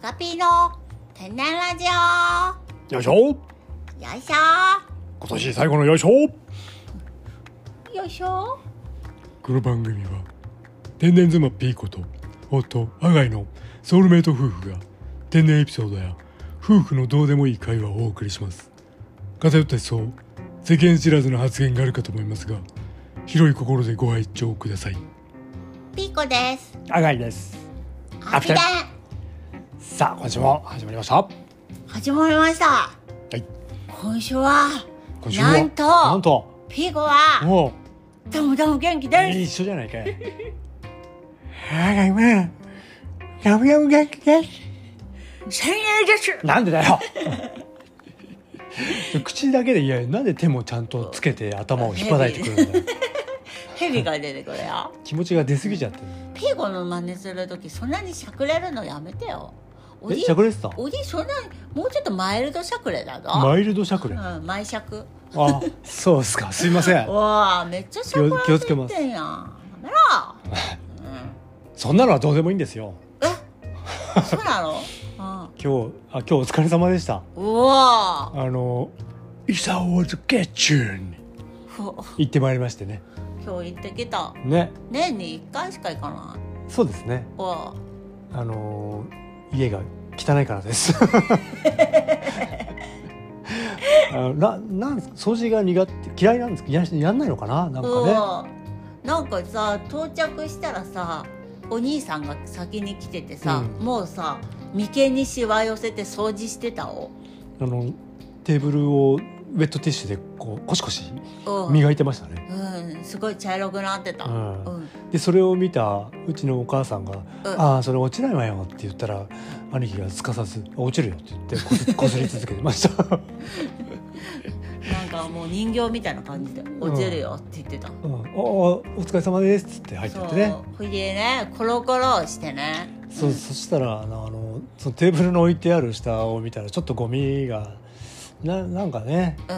カピーの天然ラジオよいしょよいしょ今年最後のよいしょよいしょこの番組は天然妻ピーコと夫アガイのソウルメイト夫婦が天然エピソードや夫婦のどうでもいい会話をお送りします偏った思想世間知らずの発言があるかと思いますが広い心でご愛聴くださいピーコですアガイですアピデンさあ今週も始まりましたは始まりましたい今週は今なんととピーコはもうともとも元気です一緒じゃないかい。あが今、ガブガブガクガク。千円ですなんでだよ。 口だけでいやなんで手もちゃんとつけて頭を引っ張らいてくる んだよ。ヘビが出てくるよ気持ちが出過ぎちゃってる。ピーコの真似する時そんなにしゃくれるのやめてよおえ、じしゃくれてたおじそんなもうちょっとマイルドしゃくれだぞマイルドしゃくれ。あ、うん、毎尺そうっすか。すいません。わあめっちゃしゃくら気をつけまれすてんやんやめろ、そんなのはどうでもいいんですよ。うん、そうなの、うん今日、あ、今日お疲れ様でした。うわあの、イサオズケチューンにふ行ってまいりましてね。今日行ってきたね。年に1回しか行かないそうですね。うわあのー家が汚いか らです。あななんですか掃除が苦手嫌いなんですかややんないのかななんうかわなんかさ到着したらさお兄さんが先に来ててさ、うんもうさ眉間にしわ寄せて掃除してたを、ねあのテーブルをウェットティッシュでこうコシコシうん磨いてましたね、うん、すごい茶色くなってた、ううんんでそれを見たうちのお母さんが「うんああそれ落ちないわよ」って言ったら兄貴がすかさず「落ちるよ」って言ってこす こすり続けてましたなんかもう人形みたいな感じで「落ちるよ」って言ってた、うん、ああお疲れ様です」っつって入ってそっうてねほいでねコロコロしてねそうそしたらあのあのそのテーブルの置いてある下を見たらちょっとゴミがななんかねう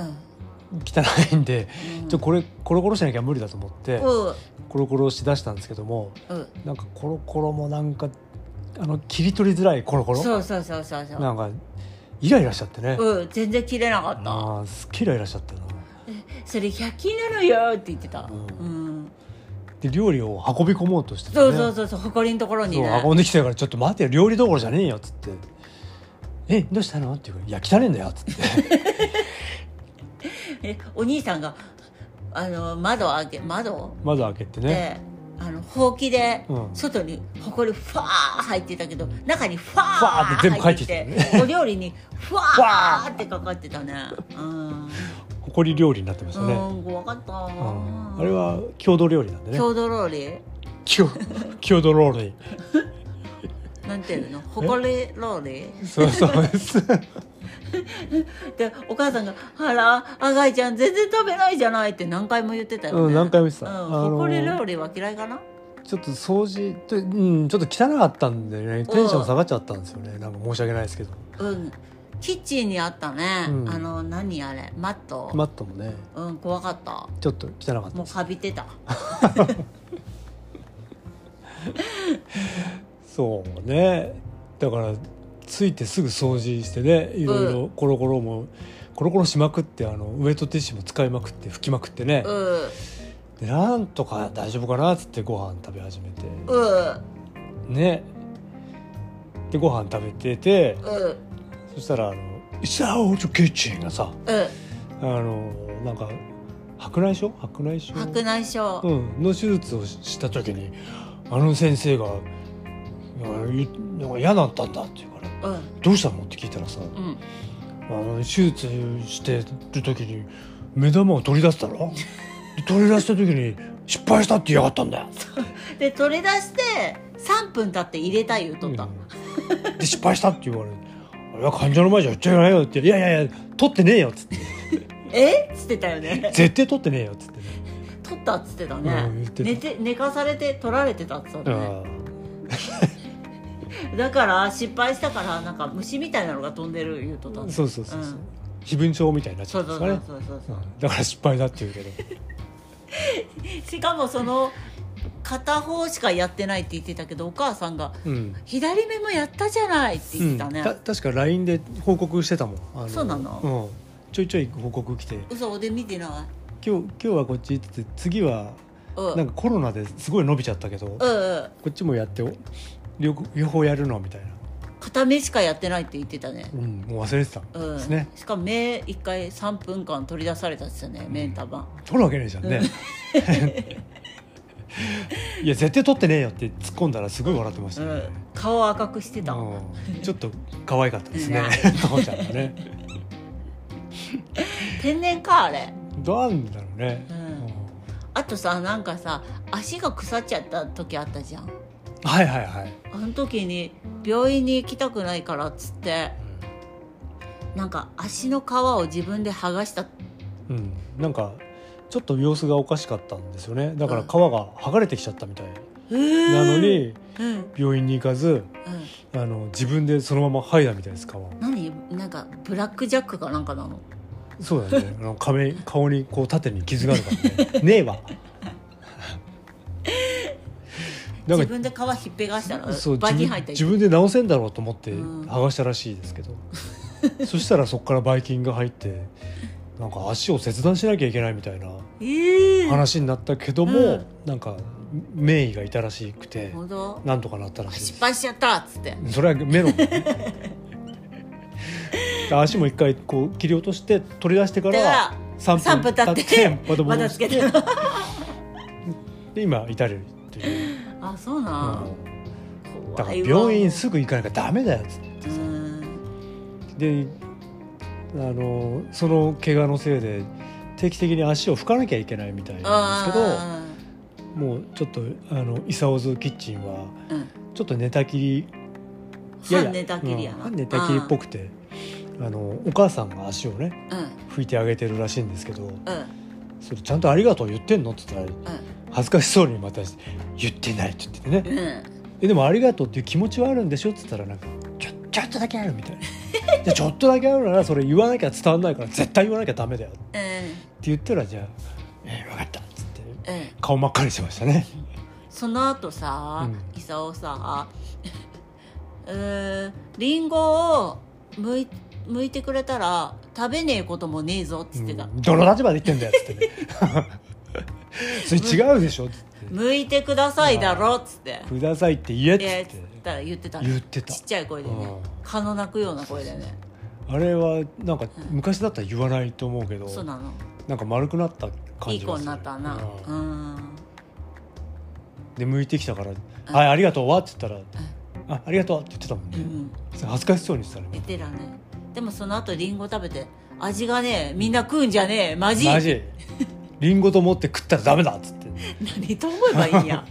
ん、汚いんでうん、ちょこれコロコロしなきゃ無理だと思ってうんコロコロしだしたんですけどもうんなんかコロコロもなんかあの切り取りづらいコロコロそうそうそうそうそうなんかイライラしちゃってねうん、全然切れなかった。あーすっげえイライラしちゃったなそれ100均なのよって言ってた。う。うんんで料理を運び込もうとしてたそねうそうそうそう、誇りのところにそうね。運んできたからちょっと待てよ料理どころじゃねえよっつって「えどうしたの?」って言うから「いや汚ねえんだよ」っつって えお兄さんがあの窓を開け窓を窓開けてねで、あのほうきでうん外に埃ファー入ってたけど、中にファファーーって全部入ってきててきるて、お料理にフファァーってかかってたね。うん。誇り料理になってましたね、うん、怖かった。うんあれは郷土料理なんでね郷土料理郷郷土料理なんていうの誇り料理そうそうですでお母さんが「あらあがいちゃん全然食べないじゃない」って何回も言ってたよね、うん何回も言ってたうんあの誇り料理は嫌いかなちょっと掃除と、うん、ちょっと汚かったんでねテンション下がっちゃったんですよねなんか申し訳ないですけどうんキッチンにあったね、うんあの何あれマット、マットもねうん怖かったちょっと汚かったもでうすかびてたそうねだからついてすぐ掃除してねいろいろコロコロもコロコロしまくってあのウエットティッシュも使いまくって拭きまくってねう、んでなんとか大丈夫かなっつってご飯食べ始めてうんねでご飯食べててうんそしたらあの「イサオーズキッチン」がさうんあのなんか白内障白内障白内障、うん、の手術をしした時にあの先生が「なんかいなんか嫌だったんだ」って言うからうん「どうしたの?」って聞いたらさうんあの手術してる時に目玉を取り出し たろで取り出した時に失敗したって言いやがったんだよ。で取り出して3分経って入れた言うとった、で失敗したって言われて「俺は患者の前じゃ言っちゃいけないよ」って「いやいやいや取ってねえよ」っつって えっつってたよ「ね 絶対取ってねえよ」っつってね取ったっつってたね、うん言ってた寝て寝かされて取られてたっつってたね、あだから失敗したからなんか虫みたいなのが飛んでる言うとったんあだそうそうそうそううん非文鳥みたいになっちゃそうったんそでうすそかねうそうそう うんだから失敗だって言うけどしかもその片方しかやってないって言ってたけどお母さんがうん「左目もやったじゃない」って言ってたね、うん、確か LINE で報告してたもんあそうなの、うん、ちょいちょい報告来て嘘俺見てな「今日今日はこっち」って言って次はいうんなんかコロナですごい伸びちゃったけど、こうんうんっちもやってよ両両方やるのみたいな、片目しかやってないって言ってたねうん、もう忘れてた、うんですねしかも目一回3分間取り出されたっすよね目束、取るわけねえじゃんね、 いや絶対取ってねえよって突っ込んだらすごい笑ってましうたんね、顔赤くしてた、うんちょっと可愛かったですねね父ちゃんがね天然かあれどうなんだろうね、ううんんあとさなんかさ足が腐っちゃった時あったじゃんはいはいはい、あの時に病院に行きたくないからっつってなんか足の皮を自分で剥がしたうん、なんかちょっと様子がおかしかったんですよねだから皮が剥がれてきちゃったみたいななのにうん、うん、病院に行かずあの自分でそのまま剥いだみたいです皮を何なんかブラックジャックかなんかなのそう だよねあの亀顔にこう縦に傷があるからねねえわなん自か分で皮ひっぺがしたらそうバ自に入った分り自分で直せんだろうと思ってうん剥がしたらしいです けど、そしたらそこからばい菌が入ってなんか足を切断しなきゃいけないみたいなええー、話になったけども、うんなんか名医がいたらしくてほどなんとかなったらあしいです失敗しちゃったっつってそれはメロン 足も一回こう切り落として取り出してかだからら3 3分分経経っっててまた戻まだしつてけてるで今至れるっていう、あそうなうんん、だか怖らいわ病院すぐ行かなきゃダメだよっつってうんであのその怪我のせいで定期的に足を拭かなきゃいけないみたいなんですけどあもうちょっとあのイサオズキッチンはーうんちょっと寝たきり半寝たきりやうんな半寝たきりっぽくてあのお母さんが足をねうん拭いてあげてるらしいんですけどうん「それちゃんとありがとう言ってんの?」って言ったら恥ずかしそうにまた「言ってない」って言ってうねんうん「えでもありがとうっていう気持ちはあるんでしょ?」って言ったらなんか「ちょちょっとだけある」みたいな「じゃあちょっとだけあるならそれ言わなきゃ伝わんないから絶対言わなきゃダメだよ」ってうん言ったらじゃあ「え分かった」っつってうん顔真っ赤にしてましたね。その後さ、うイサオさ うーんリンゴをむい剥いてくれたら食べねえこともねえぞっつってた、うんどの立場で言ってんだよ」っつってね「 それ違うでしょ」っつって剥いてくださいだろっつって「ください」って言え」っいやつつっってたら言ってた言ってたちっちゃい声でねうん蚊の鳴くような声でねあれはなんか昔だったら言わないと思うけどそうなのなんか丸くなったい感いじがする子になったなううんんで向いてきたから「はいありがとうわ」って言ったら「あありがとう」って言ってたもんうねん恥ずかしそうにしてたね言ってたねでもその後リンゴ食べて味がねえみんな食うんじゃねえマジマジリンゴと思って食ったらダメだっつって 何と思えばいいんや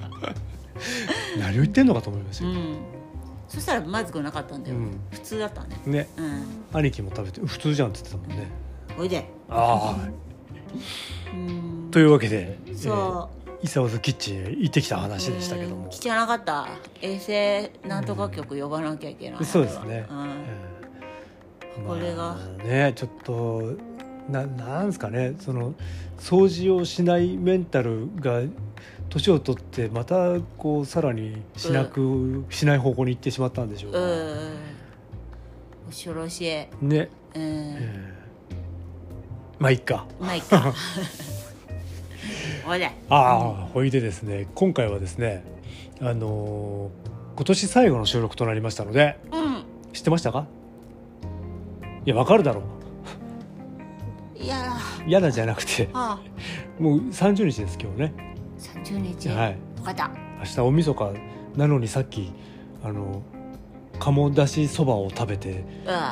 何を言ってんのかと思いましうたよんそしたらまずくなかったんだよ、うん普通だったねねうん兄貴も食べて普通じゃんって言ってたもんねおいであうんあというわけでそえーイサオズキッチンへ行ってきたう話でしたけどうんも来ちゃなかった衛星なんとか局呼ばなきゃいけない、そうですねうえんーこれがまあねちょっとななんですかねその掃除をしないメンタルが年を取ってまたこうさらにしなく、しない方向に行ってしまったんでしょうか、うん恐ろしいね、うえんーまあいっかまあいっ かおいでああほいでですね今回はですねあのー今年最後の収録となりましたのでうん知ってましたかいやわかるだろういや嫌だじゃなくて ああもう30日です今日ね30日、はい分かった明日大晦日なのにさっきあの鴨だしそばを食べてうん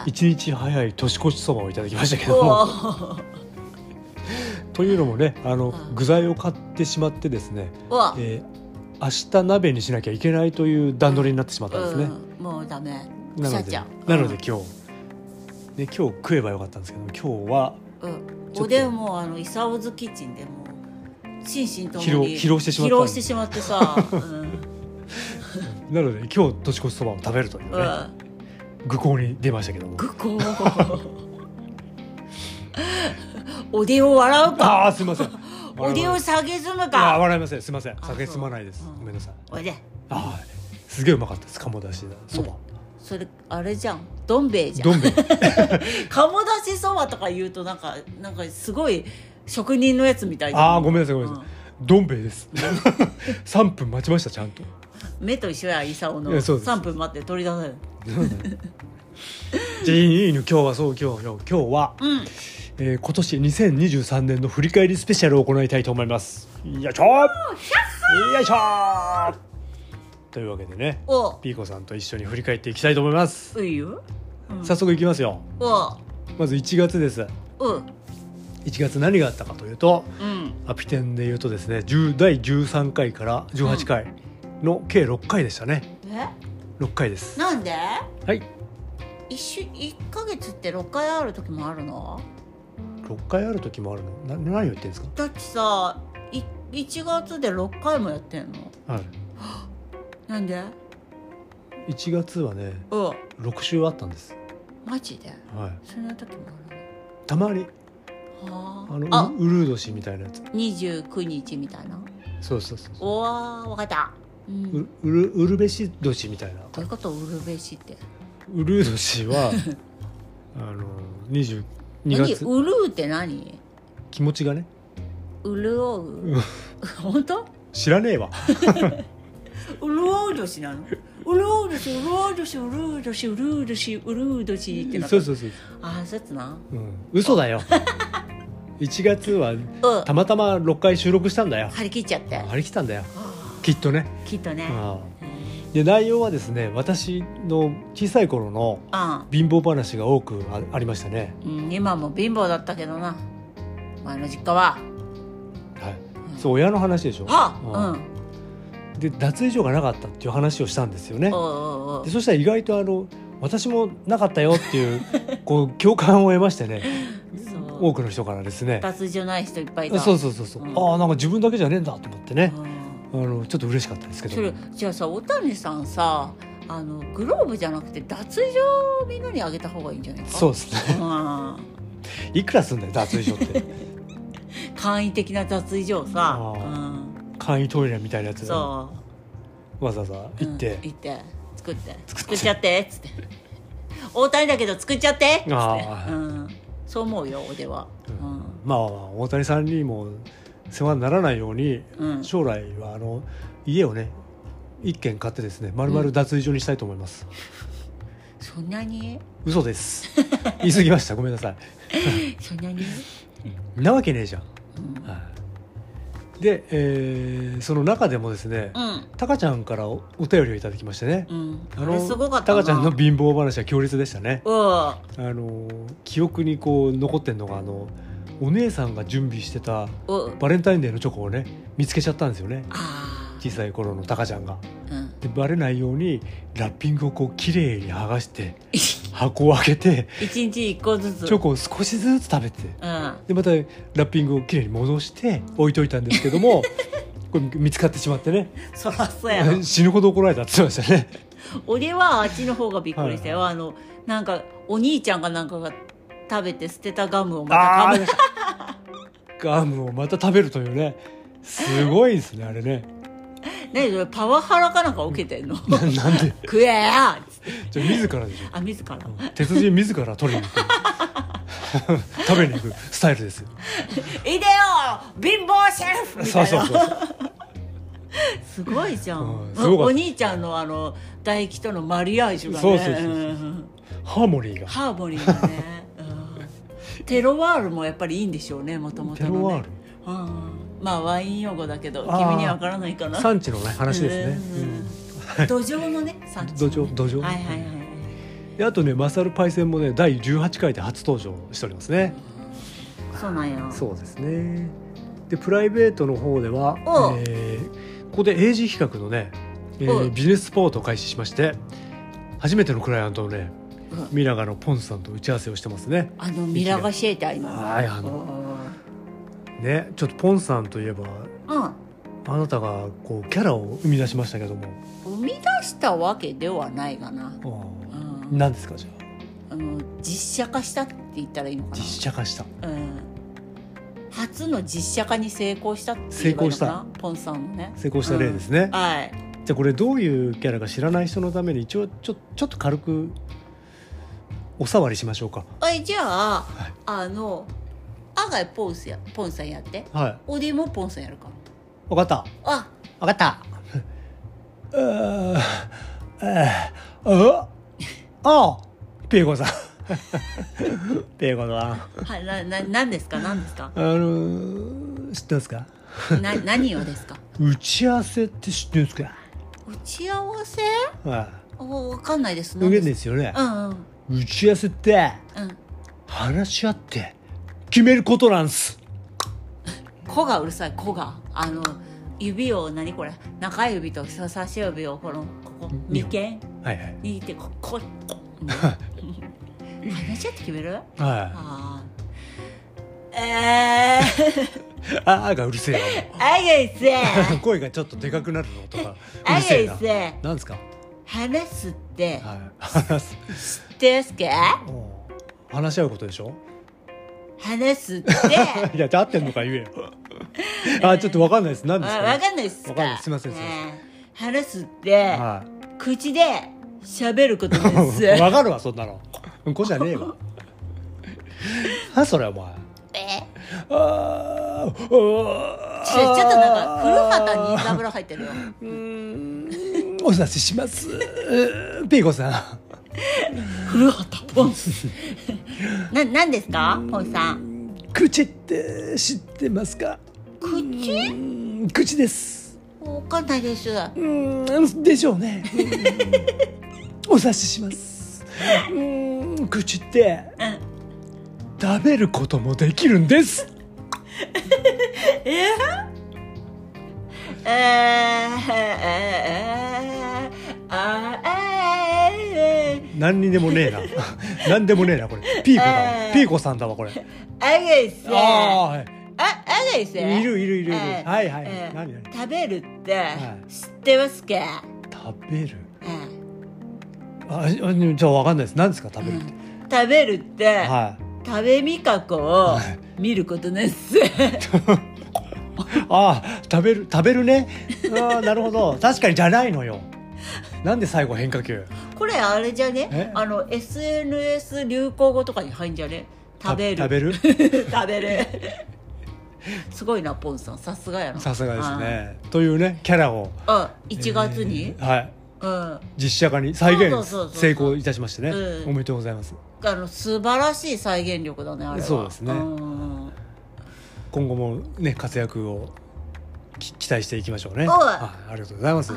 一日早い年越しそばをいただきましたけどおもーというのもねあのうん具材を買ってしまってですね、うわえー明日鍋にしなきゃいけないという段取りになってしまったんですね、うん、もうダメなの腐っでちゃうなので今日、ね、今日食えばよかったんですけど今日はうんちょっとおでんもあのイサオズキッチンでもう心身ともに疲労疲労してしまった疲労してしまってさ、うんなので今日年越しそばを食べるといううねん、愚行に出ましたけども愚行おでんを笑うかああすいません おでを下げずむいやか笑いませんすいません酒すまないです、そううんごめんなさいおいであはいすげえうまかったです鴨だしそばそれあれじゃんどん兵衛じゃんど ん兵衛鴨出しそばとか言うとなんかなんかすごい職人のやつみたいじゃんああごめんなさいごめんなさい、どん兵衛です3分待ちましたちゃんと目と一緒やイサオのいやそうです3分待って取り出せる じゃあいいの今日はそう今日よ今日は、うんえー今年2023年の振り返りスペシャルを行いたいと思いますよいしょよいしょというわけでねおピーコさんと一緒に振り返っていきたいと思います、ういようん早速いきますよおまず1月ですう1月何があったかというとうんアピテンで言うとですね10第13回から18回の計6回でしたねえ6回ですなんではい一週一ヶ月って六回ある時もあるの6回ある時もあるのな何を言ってんですかだってさい一月で六回もやってんのはいなんで1月はねうん6週あったんですマジではいそんな時もあるたまにのあのあウルウルード氏みたいなやつ二十九日みたいなそうそうそうそうおわわかったうんうどウルウルベシド氏みたいなういうことウルベシってウルード氏 はあの22何月ウルうって何気持ちがねうるおううん本当知らねえわうるおう年なのうるおう年うるおう年うるう年うるう年うるう年ってなそうそうそう、ああそうやつなうん、嘘だよ1月はうんたまたま6回収録したんだよ張り切っちゃって張り切ったんだよあきっとね、ーきっとねうんで内容はですね私の小さい頃のあ貧乏話が多くあありましたね、うん今も貧乏だったけどな前の実家ははい、そう親の話でしょ、はうんうんで脱衣所がなかったっていう話をしたんですよねおうおうおうでそしたら意外とあの私もなかったよっていうこう共感を得ましてね そう多くの人からですね脱じゃない人いっぱいいたそうそうそうそう、うんああなんか自分だけじゃねえんだと思ってねう、んあのちょっと嬉しかったですけどそれじゃあさ小谷さんさあのグローブじゃなくて脱衣所をみんなにあげた方がいいんじゃないかそううですねんいくらすんだよ脱衣所って簡易的な脱衣所をさ、あーうん、簡易トイレみたいなやつわそざわざう行ってうん、行って作って作っちゃってっつって大谷だけど作っちゃってっつってあ、ーうん、そう思うよ俺はうんまあ大谷さんにも世話にならないようにうん将来はあの家をね一軒買ってですね丸々脱衣所にしたいと思います、そんなに嘘です言い過ぎましたごめんなさいそんなに、んなわけねえじゃん、うんはい、で、えーその中でもですね、うんタカちゃんからおお便りをいただきましてね、うん、ああのれすごかったタなカちゃんの貧乏話は強烈でしたねうんあの記憶にこう残ってんのがあのお姉さんが準備してたうんバレンタインデーのチョコをね見つけちゃったんですよねあ小さい頃のタカちゃんがーうんでバレないようにラッピングをこう綺麗に剥 がして箱を開けて一日一個ずつチョコを少しずつ食べてうんでまたラッピングをきれいに戻して置いといたんですけ どもこれ見つかってしまってねそらそうやろ死ぬほど怒られたって言ってましたね俺はあっちの方がびっくりしたよ、あのなんかお兄ちゃんがなんかが食べて捨てたガムをまあたーガムをまた食べるというねすごいですねあれね噛む何それパワハラかなんか受けてんのななんで食えやっつってじゃあ自らでしょあ自ら鉄人自ら取りに行く食べに行く スタイルですよ「いでよ貧乏シェフ!」みたいそうなそうそうすごいじゃん、うんすごかったお兄ちゃんのあの唾液とのマリアージュがねそうそうそうそうんハーモニーがハーモニーがね、うんテロワールもやっぱりいいんでしょうねもともとテの、ね、ロワールうん、まあワイン用語だけどあー君にはわからないかな産地のね話ですね、ね。土壌のね、産地土壌土壌はいはいはい。うんであとねマサルパイセンもね第18回で初登場しておりますね、そうなんや。そうですねでプライベートの方ではおう、えーここで AG 企画のね、えーおうビジネスポートを開始しまして初めてのクライアントのねうんミラガのポンスさんと打ち合わせをしてますねあのミラガシエタ今。はいあの。ねちょっとポンスさんといえばうあなたがこうキャラを生み出しましたけどもん。生み出したわけではないかな。うん。何ですかじゃああの実写化したって言ったらいいのかな。実写化したうん。初の実写化に成功したって言えば成功したいいのかなポンさんのね成功した例ですね、はいじゃあこれどういうキャラか知らない人のために一応ちょちょっと軽くおさわりしましょうかはいじゃあ、はいあのアガイポンスやポンさんやってはオディもポンさんやるからい分かったあ分かったああああペーコさん ペーコさんあはいなな何ですか何 ですかの知ってますかな何をですか打ち合わせって知ってるんですか打ち合わせはおわかんないですい、無限何ですよねかう、んうん打ち合わせってうん話し合って決めることなんす子がうるさい子があの指を何これ中指と人差し指をこのここいい眉よ間はいはい握ってこここうん話し合って決めるはあーえー、いああがうるせえよあげせ もう声がちょっとでかくなるのとかうあるせえげなせなんですか話すってはい話す ですかもう話し合うことでしょ話すって いや、じゃあ合ってんのか言え よ。あ、ちょっとわかんないです。あ何ですか、ね、わかんないっすかわかんないすいませんすいまね話すっては口で喋ることでいす わかるわ、そんなの。うんこじゃね えわ。な、それ、お前。えあーちょあちょっとなんか古畑にさ三郎入ってるようーん お察ししますうーピーコさ古畑ポンスな何ですかポンさんん口って知ってますかう口ーん口ですわかんないですうーんでしょうねうんお察ししますうーん口ってうん食べることもできるんですえー、えー、えー、あえー、何にでもねえな何でもねえなこれピーコだわ、えーピーコさんだわこれあげせああああげせいるいるいるいる、えーはいはい、えー何何食べるってはい知ってますか、食べるうんああじゃあ分かんないです何ですか食べるって、食べるって、はい食べみかこをはい見ることです。ああ食べる食べるねああなるほど確かにじゃないのよなんで最後変化球これあれじゃねえあの SNS 流行語とかに入んじゃね食べるた食べる 食べるすごいなポンさんさすがやなさすがですねというねキャラをあ1月に、えーはいうん実写化に再現そうそうそうそう成功いたしましてね、うんおめでとうございますあの素晴らしい再現力だねあれはそうですねうん今後もね活躍をき期待していきましょうねおいはいありがとうございます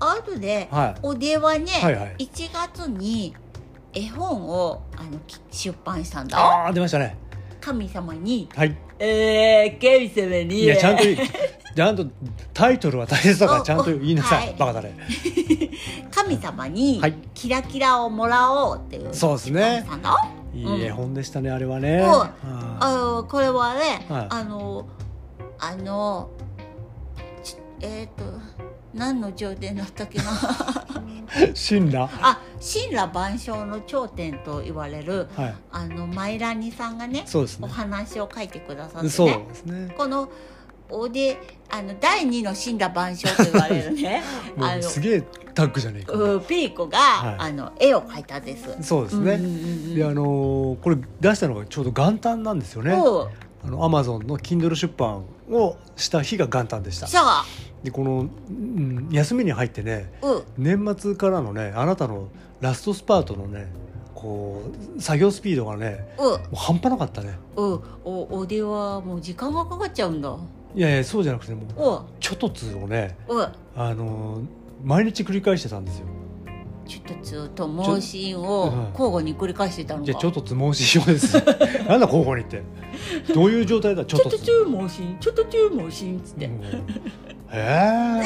ああとで、はいおではね、はいはい1月に絵本をあのき出版したんだああ出ましたね神様にはいえー、神様にいやちゃんと 言いちゃんとタイトルは大切だからちゃんと言いなさい、はいバカだね神様にはいキラキラをもらおうっていう、そうですねさんだいい絵本でしたねあれはうね、んはあのこれはね、はいあのあのちえっ、と何の頂点だった っけない死んだはあ神羅万象の頂点と言われるいあのマイラニさんがねそうですおね話を書いてくださってそうねですねこのおであの第二の神羅万象と言われるね もあうすのげえタッグじゃねえか、うんピーコが、いあの絵を描いたんです。そうですうんうね、んうんであのーこれ出したのがちょうど元旦なんですよねそうあのアマゾンの Kindle 出版をした日が元旦でしたじゃあ、でこの、うん、休みに入ってねうん、年末からのねあなたのラストスパートのねこう作業スピードがねうん。もう半端なかったねうん、おおではもう時間がかかっちゃうんだいやいやそうじゃなくてもうおちょっとつをねおあのー毎日繰り返してたんですよちょっとずっと盲信を交互に繰り返してたのかじゃあちょっとつ申しよ うですなんだ候補にってどういう状態だちょっちょとっとつ中盲信ちょっと中盲信っつって、もうへ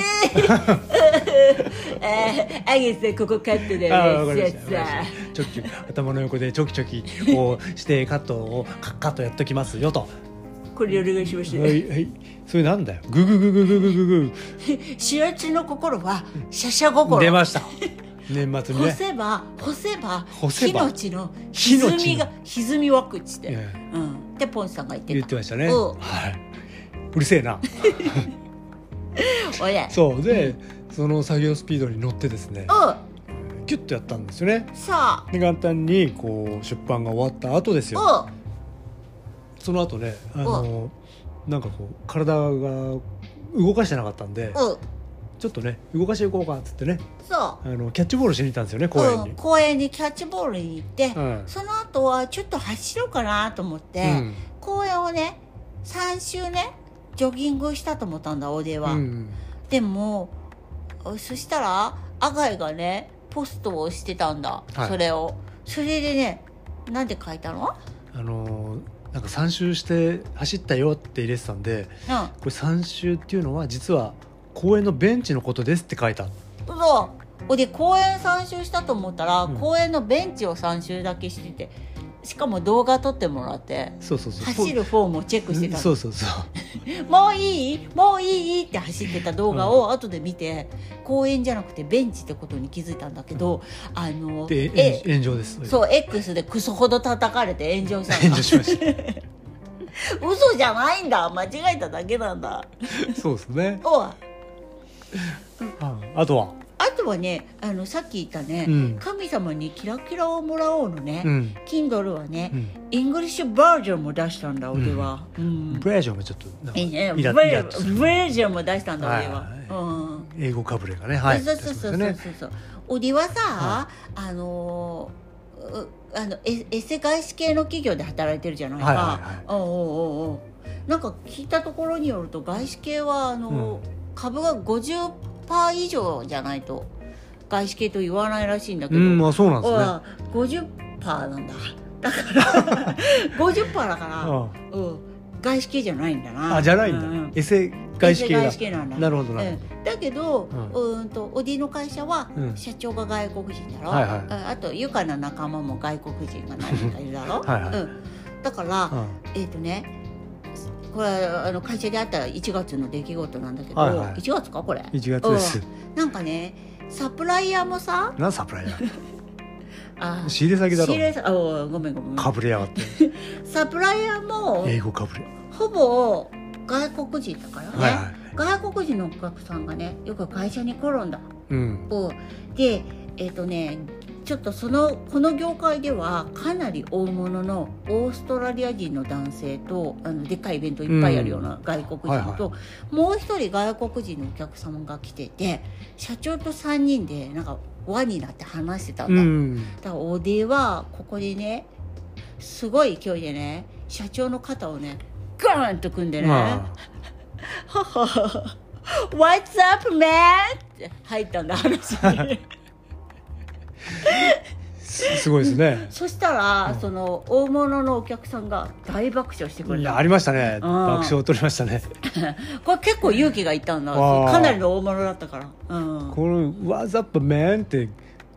えー、あげさここカットだえああよ分かねりましたわかりましたチョキチョキ頭の横でチョキチョキをしてカットをカッカッとやっときますよとこれお願いしましはていはい。それなんだよ。ググググググググしらちの心はしゃしゃ心出ました。年末に干ねせば干せば干せ火ばの地の火の地の歪みが歪み湧くっちって、ええうん、ってポンさんが言って言たってましたね、うんはい、うるせえなおやそうでその作業スピードに乗ってですねうキュッとやったんですよねんさで簡単にこう出版が終わった後ですよあその後ねあのなんかこう体が動かしてなかったんでうんうんちょっとね動かしていこうかっつってねそあのキャッチボールしに行ったんですよねう公園にうん、、公園にキャッチボールに行って、うんその後はちょっと走ろうかなと思って、うん公園をね3周ねジョギングしたと思ったんだおでは、うんでもそしたらアガイがねポストをしてたんだ、はいそれをそれでねなんで書いたのあのなんか3周して走ったよって入れてたんでうこれ3周っていうのは実は公園のベンチのことですって書いたんそうほいで公園3周したと思ったら、うん公園のベンチを3周だけしててしかも動画撮ってもらってそうそうそう走るフォームをチェックしてたのそうそうそうもういいもういいって走ってた動画を後で見て、公園じゃなくてベンチってことに気づいたんだけど、あのでえ炎炎上ですそう X でクソほど叩かれて炎上したん 炎だ 上しました嘘じゃないんだ間違えただけなんだそうですねおあうんあとはとはねあのさっき言ったね、うん神様にキラキラをもらおう」のね、うん Kindle はね、うんイングリッシュバージョンも出したんだうん俺は、うんブレージョンもちょっとなんかいいねイラバイラーッジとすョンるバージョンも出したんだ俺は、はいはいうん英語かぶれがねはいそうそうそうそう出てまそうそうおりはさ、あのーうあのエエセ外資系の企業で働いてるじゃないか、はいはいおうおうおうおうなんか聞いたところによると外資系はあのー、うん株が50%以上じゃないと外資系と言わないらしいんだけうど、んまあそうなんですねは50%なんだだから 50%だかうら、うん、外資系じゃないんだんなあじゃないんううだエセ外資系エセだ外資系なんだなるほどなるほどだけど、ううんん、とオディの会社はうん社長が外国人だろ、はいはいああとユカの仲間も外国人が何人かいるだろはいはいうん、だから、うんえっ、とねこれあの会社であった1月の出来事なんだけど、はいはい1月かこれ1月ですなんかねサプライヤーもさなんサプライヤーあ仕入れ先だ仕入れろさあおうごめんごめんかぶれやがってサプライヤーも英語かぶれほぼ外国人だからね、はいはい外国人のお客さんがねよく会社に来るんだうんをでえっ、とねちょっとそのこの業界ではかなり大物のオーストラリア人の男性とあのでっかいイベントいっぱいやるような外国人と、もう一人外国人のお客様が来てて社長と3人でなんか輪になって話してたんうだ。んだからオーディはここでねすごい勢いでね社長の肩をねガーンと組んでね「ま What's up man?」って入ったんだ話にあすすごいですねそしたら、その大物のお客さんが大爆笑してくれいたやありましたねん爆笑取りましたねこれ結構勇気がいったんだあーかなりの大物だったから、うん、この「What's up man」って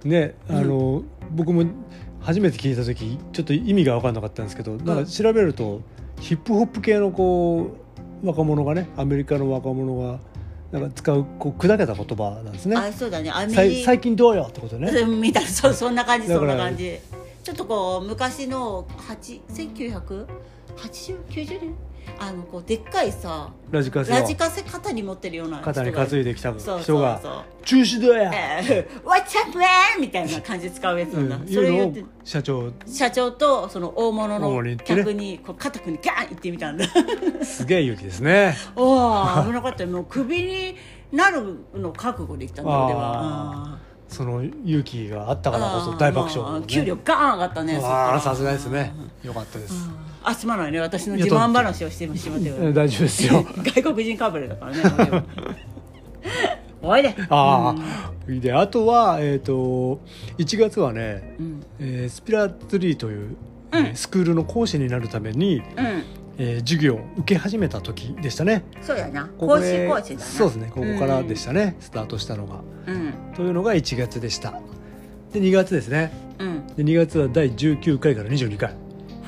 ねあの、僕も初めて聞いた時ちょっと意味が分かんなかったんですけどなんか調べるとヒップホップ系のこう若者がねアメリカの若者がなんか使うこう砕けた言葉なんですねあそうだねアメさいリカ最近どうよってことねうんみたいなそうそんな感じだそかんらな感じちょっとこう昔の8 198090年あのこうでっかいさラジカセラジをカセ肩に持ってるような人が肩に担いできたそうそうそう人が「中止だよ!ええ What's up man みたいな感じで使うやつ」なうんだ、んそれをい言うってのを社長社長とその大物大物にの行ってね客にこう肩組んでガーン行ってみたんだすげえ勇気ですね。おお危なかったよもうクビになるの覚悟で行ったんだ俺あはその勇気があったからこうそん大爆笑、うんね給料ガーン上がったねそっからああさすがですねよかったです、あすまないね私の自慢話をしてしまって える大丈夫ですよ外国人かぶれだからね俺 はおいでああ、であとはえっ、と1月はね、うんえースピラツリーという、えースクールの講師になるために、うんえー授業を受け始めた時でしたねそうやな講ここ師で講師だなそうですねここからでしたね、スタートしたのがうんというのが1月でしたで2月ですねうんで2月は第19回から22回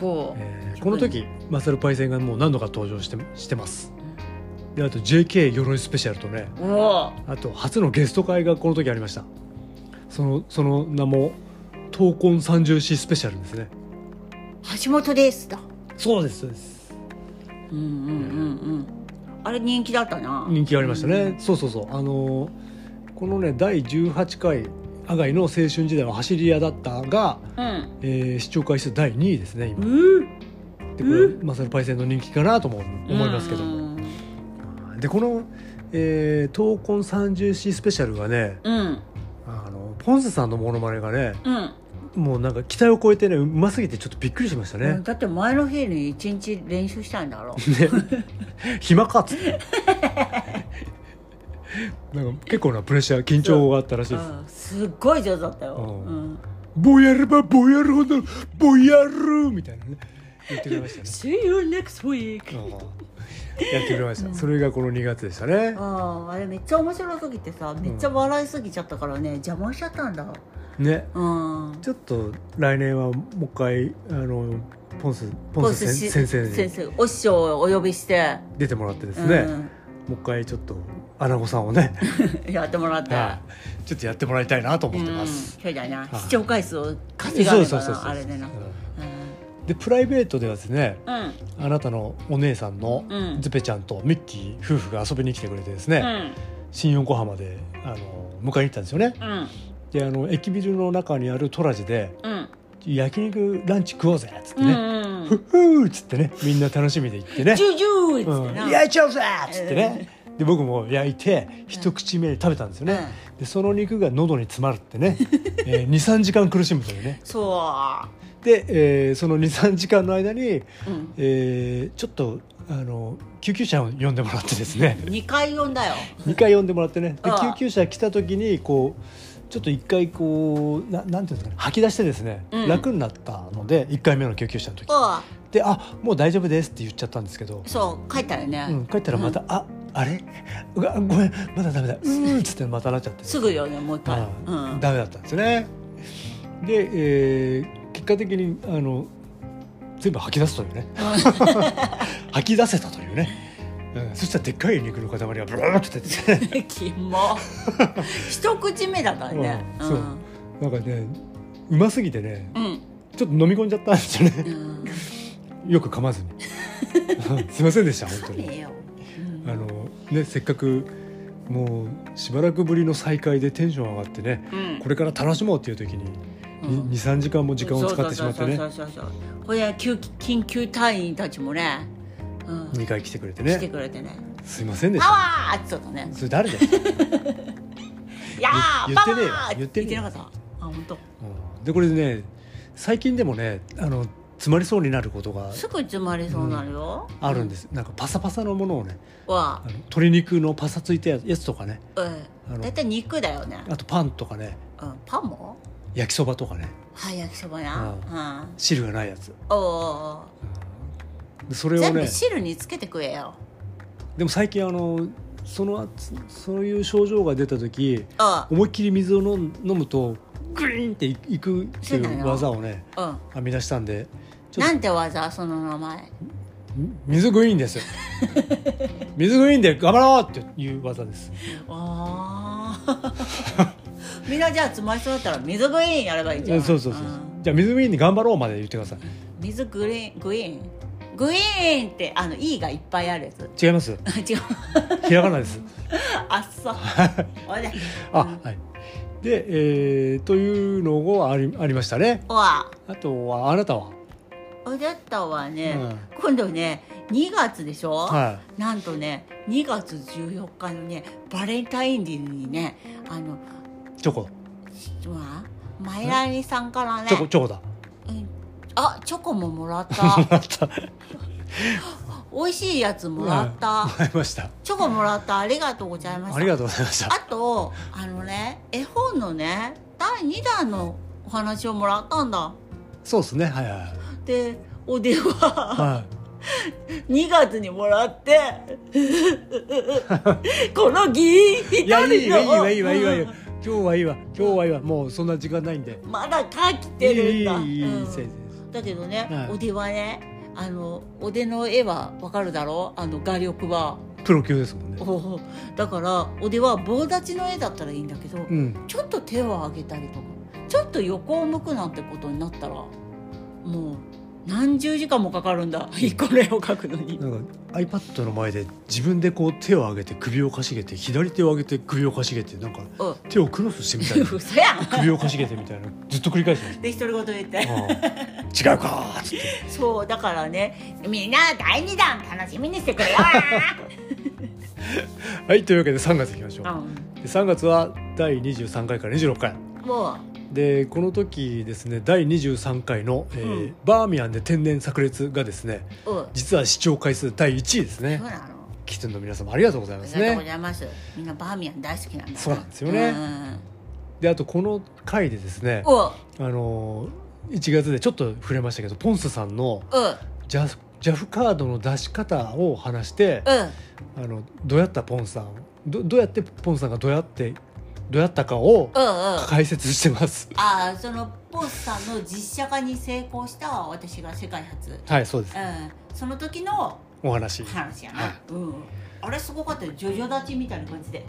ほうえーこの時マサルパイセンがもう何度か登場してしてますであと JK 鎧スペシャルとねおおあと初のゲスト会がこの時ありましたそのその名も「闘魂三重詩スペシャル」ですね橋本ですだそうですそうですうんうんうんうんあれ人気だったな人気ありましたね、そうそうそうあのーこのね第18回阿賀井の青春時代は走り屋だったが、うんえー視聴回数第2位ですね今うんでこれマサルパイセンの人気かなとも思いますけども、うんでこの「えー闘魂三重詩スペシャル」はねうんあのポンセさんのモノマネがねうんもうなんか期待を超えてねうますぎてちょっとびっくりしましたね、だって前の日に一日練習したんだろ 暇かっつってなんか結構なプレッシャー緊張があったらしいですうんすっごい上手だったよ、ううん、ぼやればぼやるほどぼやるみたいなね言ってくれました ね See you next week うんやってくれました、それがこの2月でしたねああれめっちゃ面白すぎてさめっちゃ笑いすぎちゃったからね邪魔しちゃったんだねうんちょっと来年はもう一回あのポンスポンスし先生先に生お師匠をお呼びして出てもらってですね、もう一回ちょっとアナゴさんを ね、うん、 やってもらって、はいちょっとやってもらいたいなと思ってますうん、、そうだな、はい視聴回数をそ稼うがれそうばそうそうなあれでなでプライベートではですねうんうんあなたのお姉さんのうんズペちゃんとミッキー夫婦が遊びに来てくれてですね、うん新横浜であの迎えに行ったんですよねうんであの駅ビルの中にあるトラジでうん焼肉ランチ食おうぜっつってうね、んうふっんふーっつってねみんな楽しみで行ってねジュジューっうつってな、ん、焼いちゃうぜっつってねで僕も焼いて一口目食べたんですよね、でその肉が喉に詰まるって ね、えー、23時間苦しむというねそで、えーその23時間の間に、う、うん、えーちょっとあの救急車を呼んでもらってですね2回呼んだよ2回呼んでもらってねでああ救急車来た時にこうちょっと1回こうななんていうんですかね吐き出してですね、うん楽になったので1回目の救急車の時あで「あもう大丈夫です」って言っちゃったんですけどあ、そう帰ったよね、うん、帰ったらまた「ああれうわごめんまだダメだうー」っつってまたなっちゃってすぐよねもう一回、ううんん、ダメだったんですよねで、えー結果的にあの全部吐き出すという ね吐き出せたというね、うん、そしたらでっかい肉の塊がブルーって出て ねキモ一口目だからねううんんそうなんかねうますぎてねうん、ちょっと飲み込んじゃったんですようねん、よく噛まず にすいませんでした本当食にべよ、あのねせっかくもうしばらくぶりの再会でテンション上がってねうん、これから楽しもうっていう時にうん23時間も時間を使ってしまってねそうそうそうそうそうそうこれ救緊急隊員たちもね、うん、 2回来てくれて来てねくれてねすいませ「んでしたパワー!」って言ったねそれ誰だよ、 「やー言パワー!」言ってねえよ言ってねえよなかったあ本当。うんでこれね最近でもねあの詰まりそうになることがすぐ詰まりそうになるよ、あるんですなんかパサパサのものをねあわの鶏肉のパサついたやつとかねああの大体肉だよね、あとパンとかねうん、パンも焼きそばとかねはい焼きそばなうん汁がないやつおうおうでそおうれを全部ね汁につけて食えよでも最近あのそのそういう症状が出た時あ思いっきり水を飲ん飲むとグリーンっていいくってそうないのうよ技をねあうん編み出したんでちょっなとんて技その名前水グイーンですよ 水グイーンで頑張ろうっていう技ですああ みんなじゃあ詰まりそうだったら水グリーンやればいいじゃうんんそうそうそう、んじゃあ水グイーンで頑張ろうまで言ってください水グリーングイーングイーンってあの E がいっぱいあるやつ 違います違うひらがなですあっそう おいであはいで、えーというのがありありましたねおわあとはあなたはおだったわね、う今度ね2月でしょ、はなんとね2月14日のねバレンタインデーにねあのいチョコうわマイラニさんからねチョコチョコだうん、あチョコももらっもたらった 美味しいやつもらった、もらいましたチョコもらったありがとうございましたありがとうございましたあとあのね絵本のね第2弾のお話をもらったんだそうですねはいはいはいでお電話は2月にもらってこのギい、 いーやのいいわいいわいいわいいわいいわ今日はいいわ今日はいいわもうそんな時間ないんでまだ書きてるんだいいいいいいいいうんせいぜだけどね、はいおではねあのおでの絵はわかるだろうあの画力はプロ級ですもんね。おうだからおでは棒立ちの絵だったらいいんだけど、うん、ちょっと手を上げたりとかちょっと横を向くなんてことになったらもう何十時間もかかるんだこれを描くのに。なんか iPad の前で自分でこう手を上げて首をかしげて左手を上げて首をかしげてなんかうん手をクロスしてみたいな 嘘やん首をかしげてみたいなずっと繰り返してますで独り言言って。ああ違うかーっつってそうだからねみんな第2弾楽しみにしてくれよはいというわけで3月いき ましょううで3月は第23回から26回んもうでこの時ですね第23回の、えーうんバーミヤンで天然炸裂」がですねうん実は視聴回数第1位ですねそうなのキツンの皆様ありがとうございあまりすがとうごねざいますみんなバーミヤン大好きなんだそうなんですよねうんであとこの回でですねおうあのー1月でちょっと触れましたけどポンスさんのうんジャジャフカードの出し方を話してうんあのどうやったポンさんどどうやってポンさんがどうやってどうやったかをうんうん解説してます。ああそのポースさんの実写化に成功した私が世界初、うん、はいそうですその時のお話話やな、はいうん、あれすごかったよジョジョ立ちみたいな感じで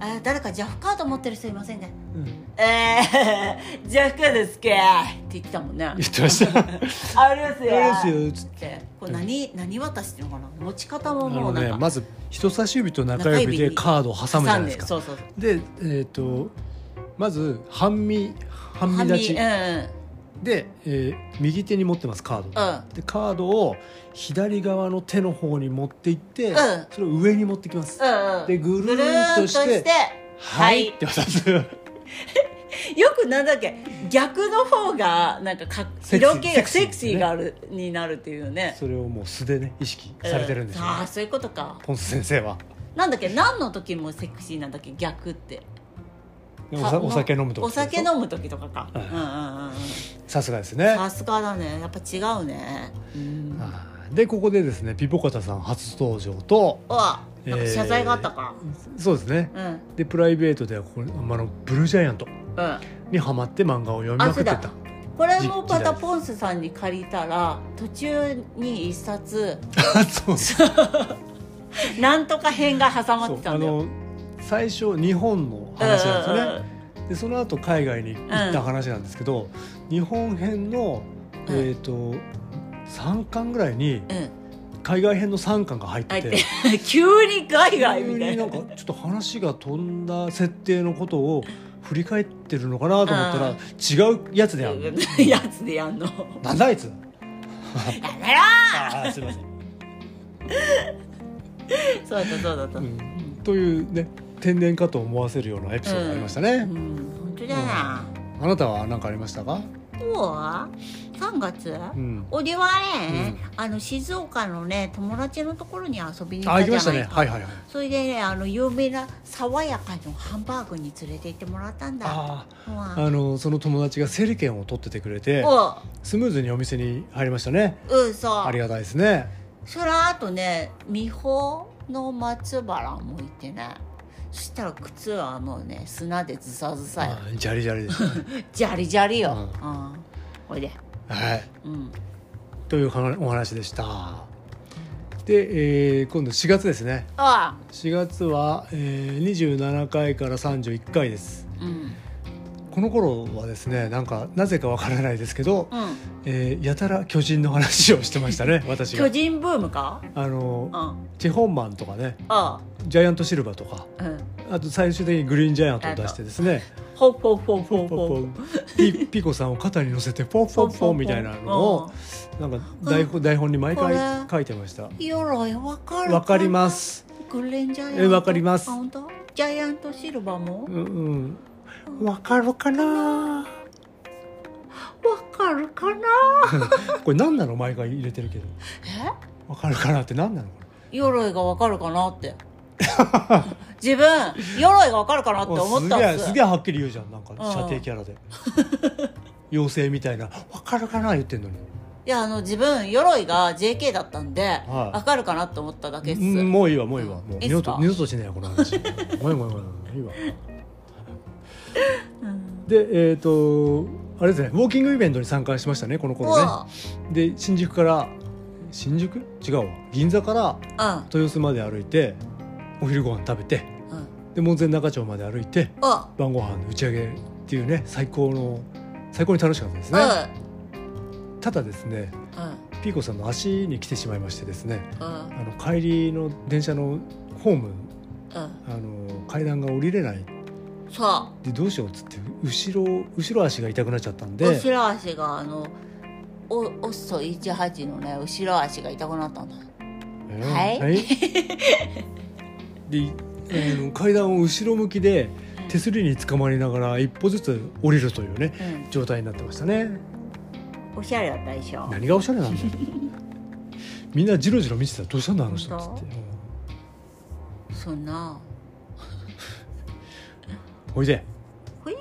あー誰かジャフカード持ってる人いませんねうんえー、 ジャフカードですかって言ってたもんね言ってました。ありますよあれですよってこれ何何渡してるのかな持ち方もあものうなんねか、まず人差し指と中指でカードを挟むじゃないですか。そうそうそうでえっ、とまず半身半身半立身ちうんうんで、えー右手に持ってますカード。うでカードを左側の手の方に持っていって、うんそれを上に持ってきます。んうんでぐるぐるーーんんととしてしてはいって渡す。よくなんだっけ逆の方がなんかかっセクシー色気がセセククシシーーねがある、になるっていうね それをもう素でね意識されてるんですよ、うああねそういうことかポンス先生はなんだっけ何の時もセクシーなんだっけ逆ってでおさお酒飲むとお酒飲む時とかか、はいうんうんうんうんさすがですねさすがだねやっぱ違うねうんあーでここでですねピポカタさん初登場とうわなんか謝罪があったか、そうですねうんうんでプライベートではこれあのブルージャイアントにハマって漫画を読みまくってあたそうこれもじまたポンスさんに借りたら途中に一冊 そうそうなんとか編が挟まってたあんだよの最初日本の話なんですよね、でその後海外に行った話なんですけど、日本編の、うんえっ、と3巻ぐらいにうんうんうんうん海外編の3巻が入って入ってて 急に海外急みたにいななんかちょっと話が飛んだ設定のことを振り返ってるのかなと思ったら、うん違うやつでやる やつでやんのやなんだあいつめろあーすいません、そうだったそうだった、ううんんというね天然かと思わせるようなエピソードがありましたね、本当だな、あなたは何かありましたか、もう3月、うん、俺はね、あの静岡のね友達のところに遊びに行あった行きじゃましたなねいかはいはいはいそれでねあの有名な爽やかのハンバーグに連れて行ってもらったんだあーうんあのその友達が整理券を取っててくれておスムーズにお店に入りましたねうんそありうがたいですねそれあとね美穂の松原も行ってねそしたら靴はもうね砂でズサズサよあージャリジャリです、ね、ジャリジャリよ、ううんんおいではいうんというお話でしたで、えー今度4月ですねあ4月は、えー27回から31回ですあうんこの頃はですねなんかなぜかわからないですけど、うんえーやたら巨人の話をしてました ね私巨が人ブームかあのうんあチェホンマンとかねあジャイアントシルバーとかうんあと最終的にグリーンジャイアントを出してですねほっほっほっほっポほンポンピピコさんを肩に乗せてポンポンポンみたいなのをなんか台本台本に毎回書いてましたうん鎧わかるわかりますグレンジャイアンえトわかりますあ本当ジャイアントシルバーもうんうんわかるかなわかるかなこれ何なの毎回入れてるけどえわかるかなって何なのこ鎧がわかるかなって 自分鎧がわかるかなってれ思っすたげんえですすげえはっきり言うじゃんなんかん射程キャラで妖精みたいなわかるかな言ってんのにいやあの自分鎧が JK だったんで、はいわかるかなって思っただけっす、うんもういいわもういいわもういい二っ度すかと二度としないよこの話ごめんごめんごめんごめんいいわうんでえっとあれですねウォーキングイベントに参加しましたねこの頃ねわで新宿から新宿違うわ銀座からあ豊洲まで歩いてうお昼ご飯食べてうん、で門前仲町まで歩いてあ、晩ご飯打ち上げっていうね最高の最高に楽しかったですうねん、ただですねうピーコさんの足に来てしまいましてですねん、うんあの帰りの電車のホームうん、あの階段が降りれないそでどうしようっつって後ろ後ろ足が痛くなっちゃったんう、で後ろ足があの。お、おっそ一八のね、後ろ足が痛くなったんだ。えーはいで、えー階段を後ろ向きで手すりにつかまりながら一歩ずつ降りるというねうん、状態になってましたねおしゃれだったでしょ何がおしゃれなんだよみんなじろじろ見てたどうしたんだあの人っつ本っ当てそんな。うんおいでこれ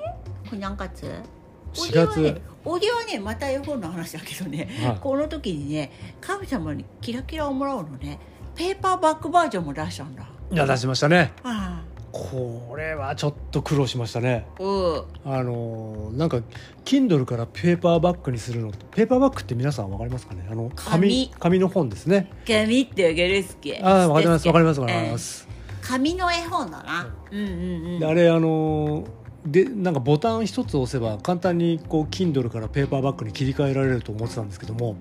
何月4おりは月ねおりはねまた絵本の話だけどね、はいこの時にね神様にキラキラをもらうのねペーパーバックバージョンも出したんだいや出しましたねあこれはちょっと苦労しましたねあうんあのーなんか Kindle からペーパーバッグにするのペーパーバッグって皆さんわかりますかねあの紙紙紙の本ですね紙ってあげるっすけああわかりますわかりまますわかります、紙の絵本だなうんうんうでんあれあのーでなんかボタン一つ押せば簡単にこう Kindle からペーパーバッグに切り替えられると思ってたんですけども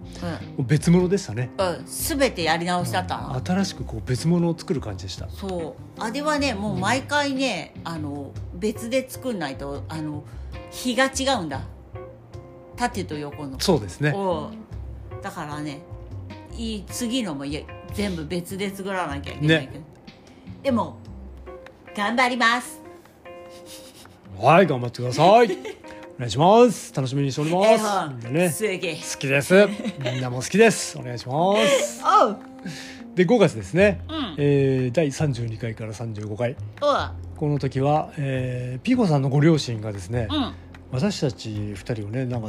別物でしたねうん、うん、全てやり直しだったな新しくこう別物を作る感じでしたそうあれはねもう毎回ねあの別で作んないとあの日が違うんだ縦と横のそうですねうんだからねいい次のもいや全部別で作らなきゃいけないけど、でも頑張りますはい頑張ってくださ いお願いします楽しみにしており絵ます本みんなねすげえ好きですみんなも好きですお願いしますおうで5月ですね、うんえー第32回から35回おこの時は、えーピーコさんのご両親がですね、ううん私たち2人をねなんか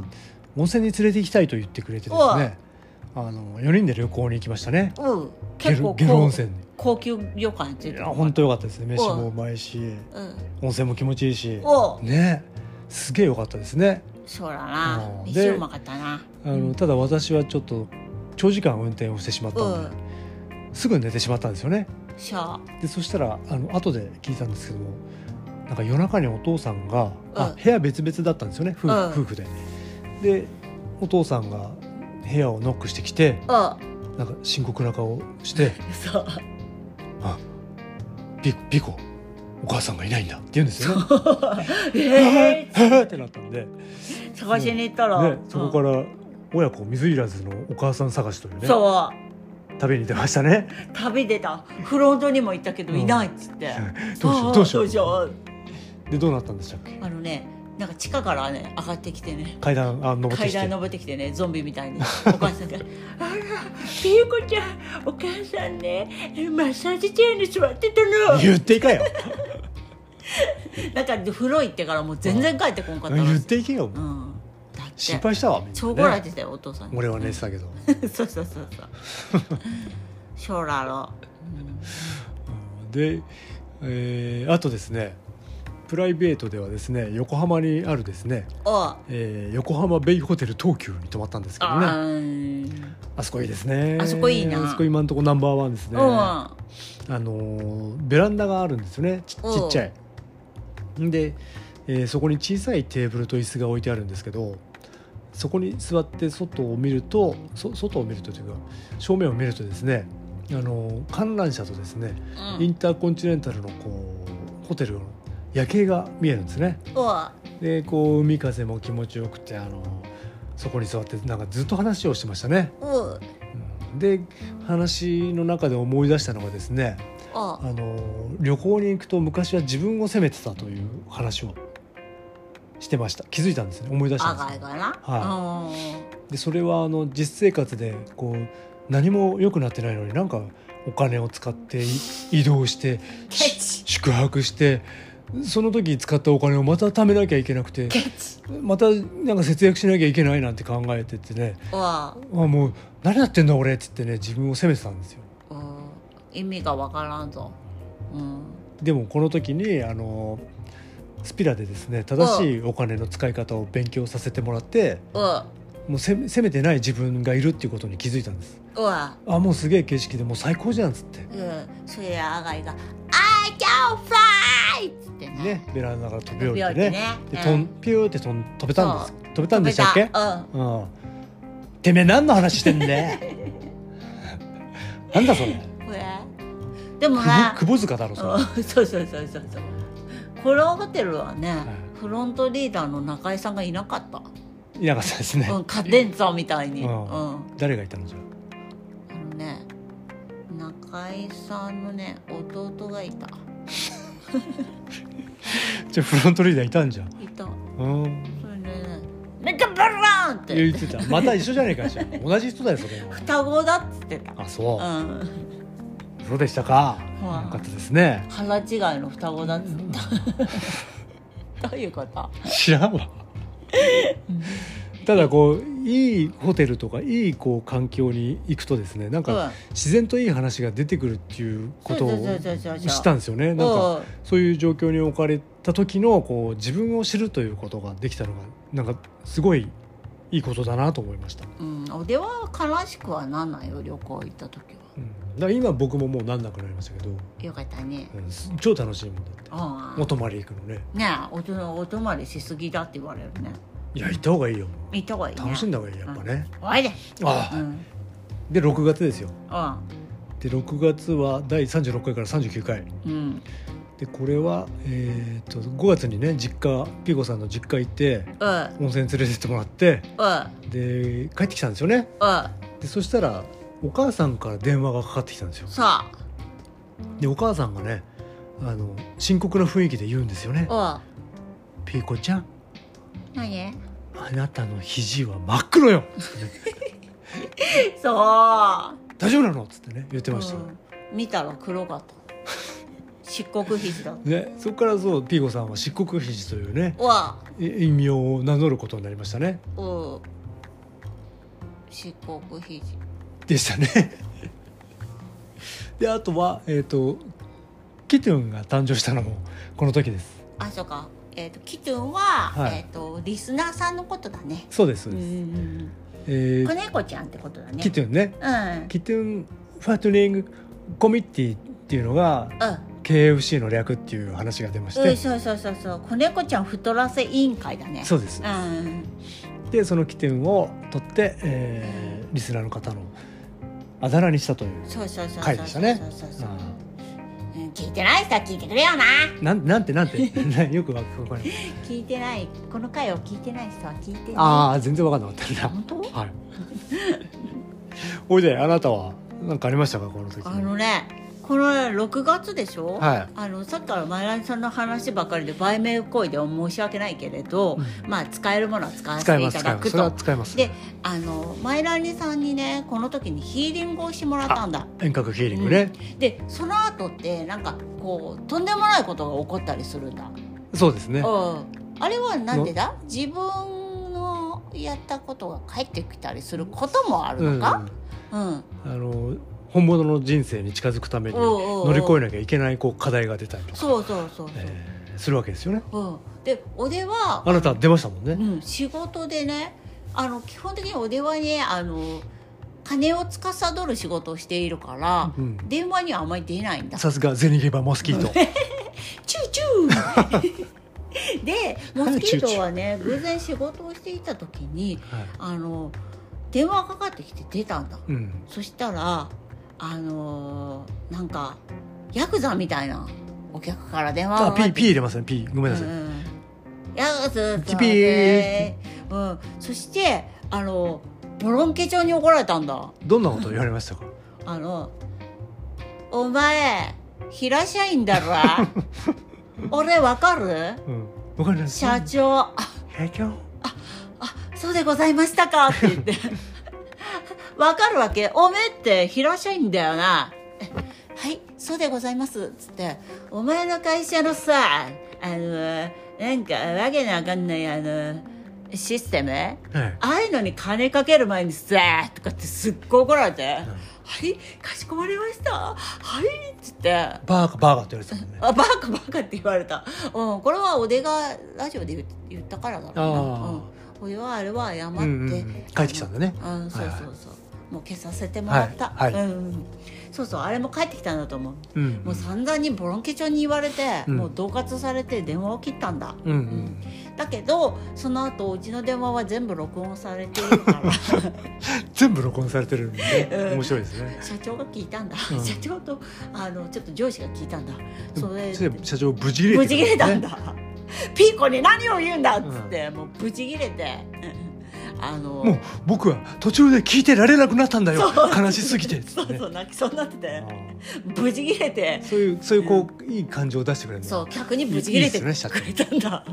温泉に連れて行きたいと言ってくれてですねあの4人で旅行に行きましたねおうゲ結ル構ゲル温高泉に高級旅館っていいうやと本当良かったですね飯もおうまいしうん温泉も気持ちいいしおうねすげえ良かったですねそうだなうん飯うまかったなあのただ私はちょっと長時間運転をしてしまったうんので、すぐ寝てしまったんですよねそでそしたらあの後で聞いたんですけどもなんか夜中にお父さんが、あうん部屋別々だったんですよね夫,、うん夫婦ででお父さんが部屋をノックしてきてうおうなんか深刻な顔をしてそう 「ピピコお母さんがいないんだ」って言うんですよ ね。ええはぁ はぁってなったんで、ね、探しに行ったら、そこから親子水入らずのお母さん探しといううんねそう旅に出まし たね。旅出たフロントにも行ったけどうんいないっつって、どうしよあうあどうしよううでどうなったんでしたっけあのねなんか地下からね上がってきてね階段あ登って階きて段登ってきてねゾンビみた いにお母さんが「あらピーコちゃんお母さんねマッサージチェアに座ってたの」言っ ていかよだから風呂行ってからもう全然帰ってこんかったらしい言っていけようん、だって心配したわみんなね超怒られてたよお父さんに俺は寝てたけど、そうそうそうそうそうだろうんで、えーあとですねプライベートではですね横浜にあるですね、うおうえー横浜ベイホテル東急に泊まったんですけどねああそこいいですねあそこいいなあそこ今のところナンバーワンですね、あーのーベランダがあるんですよねちちうんっちゃいで、えーそこに小さいテーブルと椅子が置いてあるんですけどそこに座って外を見るとそ外を見るとというか正面を見るとですねあのー観覧車とですねうんうインんターコンチネンタルのこうホテルの夜景が見えるんですねおうでこう海風も気持ちよくてあのそこに座ってなんかずっと話をしてましたね、おううんで話の中で思い出したのがですねおうあの旅行に行くと昔は自分を責めてたという話をしてました気づいたんですね思い出したん赤でいすかな、はでそれはあの実生活でこう何も良くなってないのになんかお金を使ってい移動してうん、ケチ宿泊してその時使ったお金をまた貯めなきゃいけなくてケチまたなんか節約しなきゃいけないなんて考えてってねはあもう何やってんだ俺っつってね自分を責めてたんですようん意味がわからんぞ、うん、でもこの時にあのスピラでですね正しいお金の使い方を勉強させてもらってうんもう攻め攻めてない自分がいるっていうことに気づいたんですうわあもうすげえ景色でもう最高じゃんっつってうんそれやあがいが「I can fly!」っつってねねベランダから飛び飛降びり降りててねねでうんとんピューってとん飛べたんですそう飛べたんでしたっけ飛べたうんてめえ何の話して んねなんだそれうんこれでもくねぼ窪塚だろそれ、うん そうそうそうそうそうこのホテルはね、いフロントリーダーの中井さんがいなかった、いなかったですね、うん、カデンツァみたいに、ううんん誰がいたのじゃあのね中井さんのね弟がいたあじゃあフロントリーダーいたんじゃんいたうんそれでね「めっちゃブラーン!」って言ってたまた一緒じゃねえかじゃあ同じ人だよ それも双子だっつってたあそうう、んそうでしたか、はいよかったですね腹違いの双子だっつってた どういうこと知らんわただこういいホテルとかいいこう環境に行くとですねなんうかん自然といい話が出てくるっていうことをそうそうそうそうそう知ったんですよねなんかうんそういう状況に置かれた時のこう自分を知るということができたのがなんかすごいいいことだなと思いました、うん、俺は悲しくはなんないよ旅行行った時はうん、だから今僕ももうなんなくなりましたけど、よかったねうんす超楽しいもんだってあお泊まり行くのねねえおとお泊まりしすぎだって言われるねいや行った方がいいよ行った方がいいね楽しんだ方がいいやっぱね、おいであうあんで6月ですようで6月は第36回から39回んうんでこれは、えー、と5月にね実家ピーコさんの実家行ってうん温泉連れてってもらってうんで帰ってきたんですよねうんでそしたらお母さんから電話がかかってきたんですよさでお母さんがねあの深刻な雰囲気で言うんですよねあ「ピーコちゃんうん何あなたの肘は真っ 黒よ!」そう大丈夫なの?」っつってね言ってましたよ、うん見たら黒かった 漆黒肘だね、そこからそうピーコさんは漆黒肘というねうわい異名を名乗ることになりましたねうん漆黒肘でしたね であとはえっ、とキトゥンが誕生したのもこの時ですあそうかえっ、とキトゥンは、はいえっ、とリスナーさんのことだねそうですそううです、んえ子ー猫ちゃんってことだねキトゥンねうんキトゥンファートニングコミッティっていうのがうん KFC の略っていう話が出ましうん、て、そうそうそうそう子猫ちゃん太らせ委員会だねそうですうんでそのキトゥンを取って、えーリスナーの方のあだ名にしたというそうそうそうそう回でしたねそうそうそうあうん聞いてない人は聞いてくれよなーなんなん てなんて よくわかんない聞いてないこの回を聞いてない人は聞いてなああ全然わかんなかったいな本当はい。おいで、あなたは、何かありましたか、この時。あのねこのね6月でしょ、はいあのさっきからマイラニさんの話ばかりで売名行為では申し訳ないけれど、まあ使えるものは使わせ使いています、た使いだます。くそとれは使います。であのマイラニさんにねこの時にヒーリングをしてもらったんだ遠隔ヒーリングね。でその後ってなんかこうとんでもないことが起こったりするんだ、そうですね。うん、あれはなんでだ自分のやったことが返ってきたりすることもあるうのん。かあうん、の、本物の人生に近づくために、おうおうおう乗り越えなきゃいけない、こう課題が出たりとか。そうそうそうそう、えーするわけですよね。うん、で俺はあなた出ましたもんうね。ん、仕事でねあの基本的にお電話にあの金を司る仕事をしているから、うん電話にはあまり出ないんだ。チさすがゼニゲバモスキート。ューチュー でモスキートはね偶然仕事をしていた時にはいあの電話がかかってきて出たんだ。うん。そしたらあのーなんかヤクザみたいなお客から電話あ、がかかっピー、てピー入れますね、ピー、ごめんなさい。いやそうピそピうーうん、そしてあのボロンケ帳に怒られたんだどんなこと言われましたか。あの「お前平社員だろ 俺わかるうん。わかります。社長あ社長。そうでございましたか」って言って 「わかるわけおめえって平社員だよな」え「はいそうでございます」つって「お前の会社のさあのなんかわけのわかんないあのシステムはい。ああいうのに金かける前にさーとかってすっごい怒られて「はいかしこまりましたはい」っつって「バーガー、バーガーって言われてたもんね。あバカバカ」って言われた、うん、これはお出がラジオで言言ったからだろうな、あーうんこれはあれは謝って、うんうんうん帰ってきたんだねあのそうそうはいはいそう、もう消させてもらった、はいはいうんうん、そうそうあれも帰ってきたんだと思う、うんうんもう散々にボロンケチョに言われて、うんもう恫喝されて電話を切ったんだうんうんだけどその後うちの電話は全部録音されているから 全部録音されてるんでうん面白いですね社長が聞いたんだ、うん社長とあのちょっと上司が聞いたんだそれそれで社長無事切れブてチる切れたんねだ、ピーコに何を言うんだっつって、もうブチ切れてあのもう僕は途中で聞いてられなくなったんだよそう悲しすぎてつそっうてねそう泣きそうになってあてーブチ切れてそういうそういうこういい感情を出してくれるんだそう客にブチ切れていいくでれすよねたんだ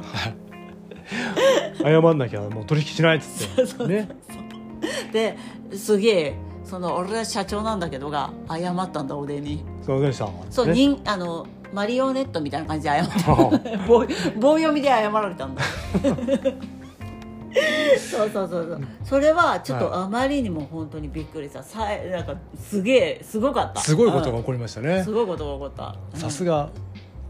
謝んなきゃもう取引しないっつってねですげえその俺は社長なんだけどが謝ったんだ俺にそうでしたそう、ね人あのマリオネットみたいな感じで謝ったあ 棒棒読みで謝られ たんだそうそうそうそうそれはちょっとはあまりにも本当にびっくりしたさえなんかすげえすごかっーた すごいことうがん起こりましたねすごいことが起こったさすがが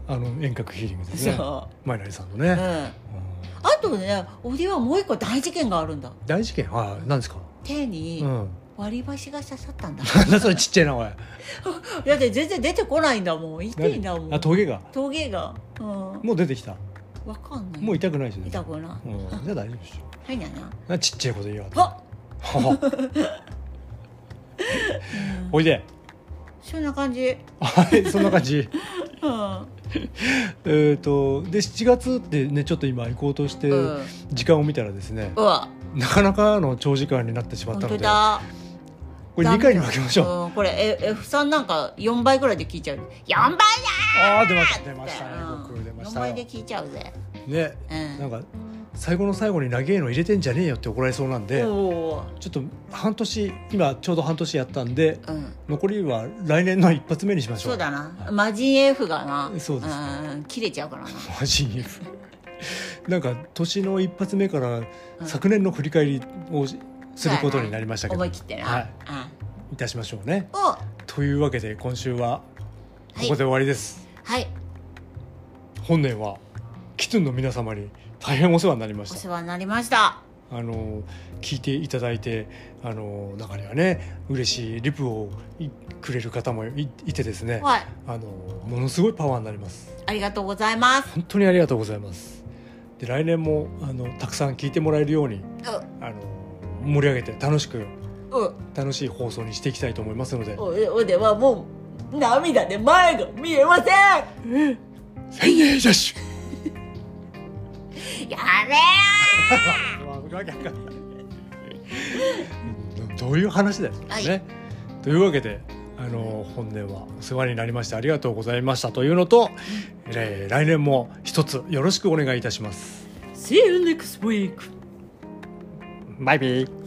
あの遠隔ヒーリングですねそマイナリさんう、のうん、ねあうんとね俺はもう一個大事件があるんだ大事件は何ですか手うにん 割り箸が刺さったんだ、 なんだそれちっちゃいなおいだって全然出てこないんだもん痛いんだもあんトゲが陶芸がうんもう出てきたわかんないもう痛くないしね痛くなうんじゃあ大丈夫でしいはいななょなちっちゃいこと言いやがってあっはあ おいでそんな感じはいそんな感じうんえっとで7月ってねちょっと今行こうとしてうん時間を見たらですねうわなかなかの長時間になってしまっ本たの当でだこれ2回に分けましょううん、これ F さんなんか4倍ぐらいで聞いちゃう4倍だああ出ましたー出ましたね僕出まし4た倍よで聞いちゃうぜねうんなんか最後の最後に長えの入れてんじゃねえよって怒られそうなんでおおちょっと半年今ちょうど半年やったんでーうん残りは来年の一発目にしましょうそうだなマジン F がなそうですん切れちゃうからなマジに なんか年の一発目から昨年の振り返りをしすることになりましたけど、思い切ってな、はい、うんいたしましょうねおというわけで今週はここで終わりです、はい本年はキトゥンの皆様に大変お世話になりまおした世話になりましたあの聞いていただいてあの中にはね嬉しいリプをいくれる方もいいてですねはいあのものすごいパワーになりますありがとうございます本当にありがとうございますで来年もあのたくさん聞いてもらえるようにあの盛り上げて楽しくうう楽しい放送にしていきたいと思いますのでお腕はもう涙で前が見えません千円ジャッシュやめどういう話だよ、はいね。というわけであの本年はお世話になりましてありがとうございましたというのと、えー来年も一つよろしくお願いいたします。 See you next week バイビー